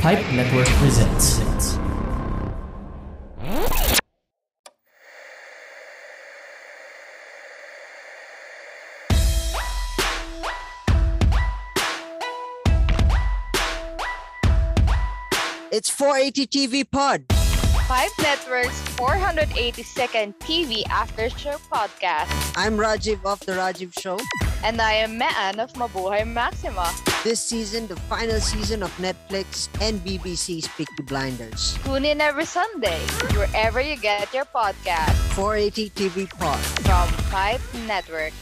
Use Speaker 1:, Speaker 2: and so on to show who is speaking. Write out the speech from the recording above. Speaker 1: Pipe Network presents.
Speaker 2: It's 480 TV Pod.
Speaker 3: Five Network's 482nd TV After Show podcast.
Speaker 2: I'm Rajiv of The Rajiv Show.
Speaker 3: And I am Mean of Mabuhay Maxima.
Speaker 2: This season, the final season of Netflix and BBC's Peaky Blinders.
Speaker 3: Tune in every Sunday, wherever you get your podcast,
Speaker 2: 480 TV Pod.
Speaker 3: from Five Network.